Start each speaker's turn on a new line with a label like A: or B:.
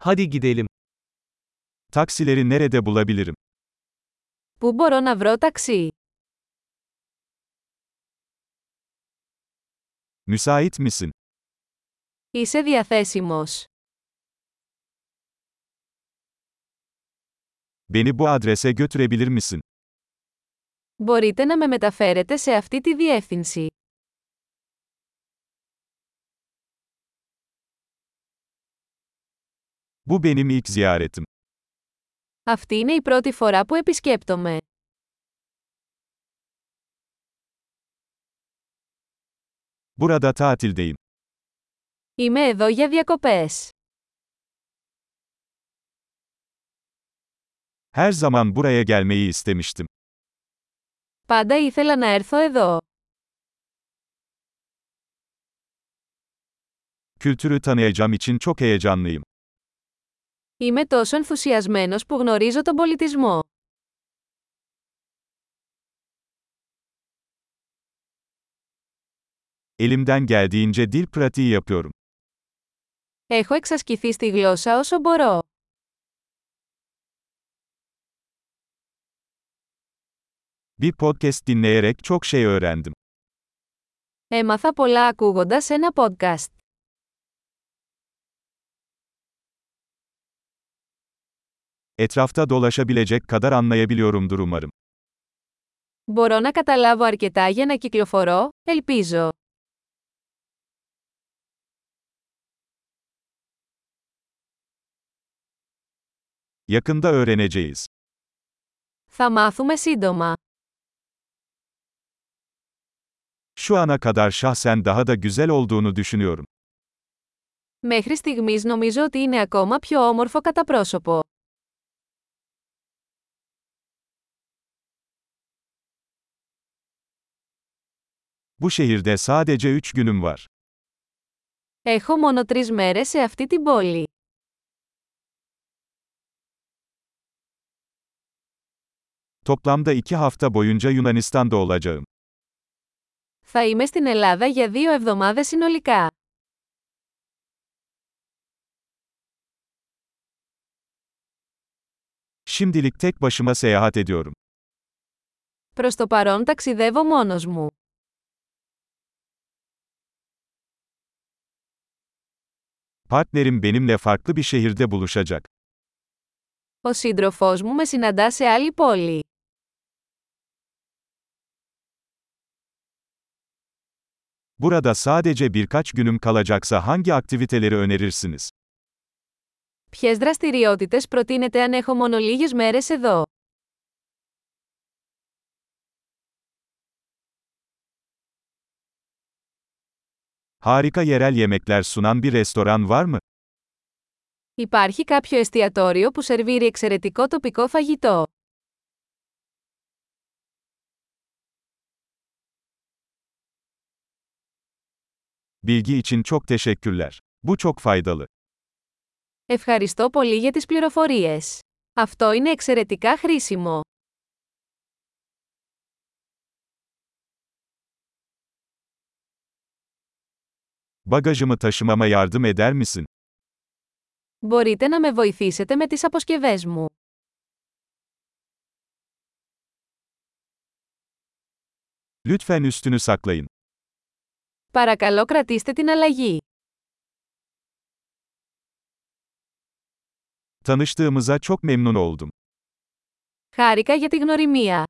A: Hadi gidelim. Taksileri nerede bulabilirim?
B: Πού μπορώ να βρω ταξί?
A: Müsait misin?
B: Είσαι διαθέσιμος.
A: Beni bu adrese götürebilir misin?
B: Μπορείτε να με μεταφέρετε σε αυτή τη διεύθυνση.
A: Bu benim ilk ziyaretim.
B: Αυτή είναι η πρώτη φορά που επισκέπτομαι.
A: Burada tatildeyim.
B: Είμαι εδώ για διακοπές.
A: Her zaman buraya gelmeyi istemiştim.
B: Πάντα ήθελα να έρθω εδώ.
A: Kültürü tanıyacağım için çok heyecanlıyım.
B: Είμαι τόσο ενθουσιασμένος που γνωρίζω τον πολιτισμό.
A: Elimden geldiğince dil pratiği yapıyorum.
B: Έχω εξασκηθεί στη γλώσσα όσο μπορώ.
A: Bir podcast dinleyerek çok şey öğrendim.
B: Έμαθα πολλά ακούγοντας ένα podcast.
A: Etrafta dolaşabilecek kadar anlayabiliyorumdur umarım.
B: Μπορώ να καταλάβω αρκετά για να κυκλοφορώ, ελπίζω.
A: Yakında öğreneceğiz.
B: Θα μάθουμε σύντομα.
A: Şu ana kadar şahsen daha da güzel olduğunu düşünüyorum.
B: Μέχρι στιγμής νομίζω ότι είναι ακόμα πιο όμορφο κατά πρόσωπο.
A: Bu şehirde sadece 3 günüm var.
B: Έχω μόνο τρεις μέρες σε αυτή την πόλη.
A: Toplamda 2 hafta boyunca Yunanistan'da olacağım.
B: Θα είμαι στην Ελλάδα για δύο εβδομάδες συνολικά.
A: Şimdilik tek başıma seyahat ediyorum.
B: Προς το παρόν ταξιδεύω μόνος μου.
A: Partnerim benimle farklı bir şehirde buluşacak.
B: Ο σύντροφός μου με συναντά σε άλλη πόλη.
A: Burada sadece birkaç günüm kalacaksa hangi aktiviteleri önerirsiniz?
B: Ποιες δραστηριότητες προτείνετε αν έχω μόνο λίγες μέρες εδώ.
A: Harika yerel yemekler sunan bir restoran var mı?
B: Υπάρχει κάποιο εστιατόριο που σερβίρει εξαιρετικό τοπικό φαγητό.
A: Bilgi için çok teşekkürler. Bu çok faydalı.
B: Ευχαριστώ πολύ για τις πληροφορίες. Αυτό είναι εξαιρετικά χρήσιμο.
A: Bagajımı taşımama yardım eder misin?
B: Μπορείτε να με βοηθήσετε με τις αποσκευές μου.
A: Lütfen üstünü saklayın.
B: Παρακαλώ κρατήστε την αλλαγή.
A: Tanıştığımıza çok memnun oldum.
B: Χάρηκα για τη γνωριμία.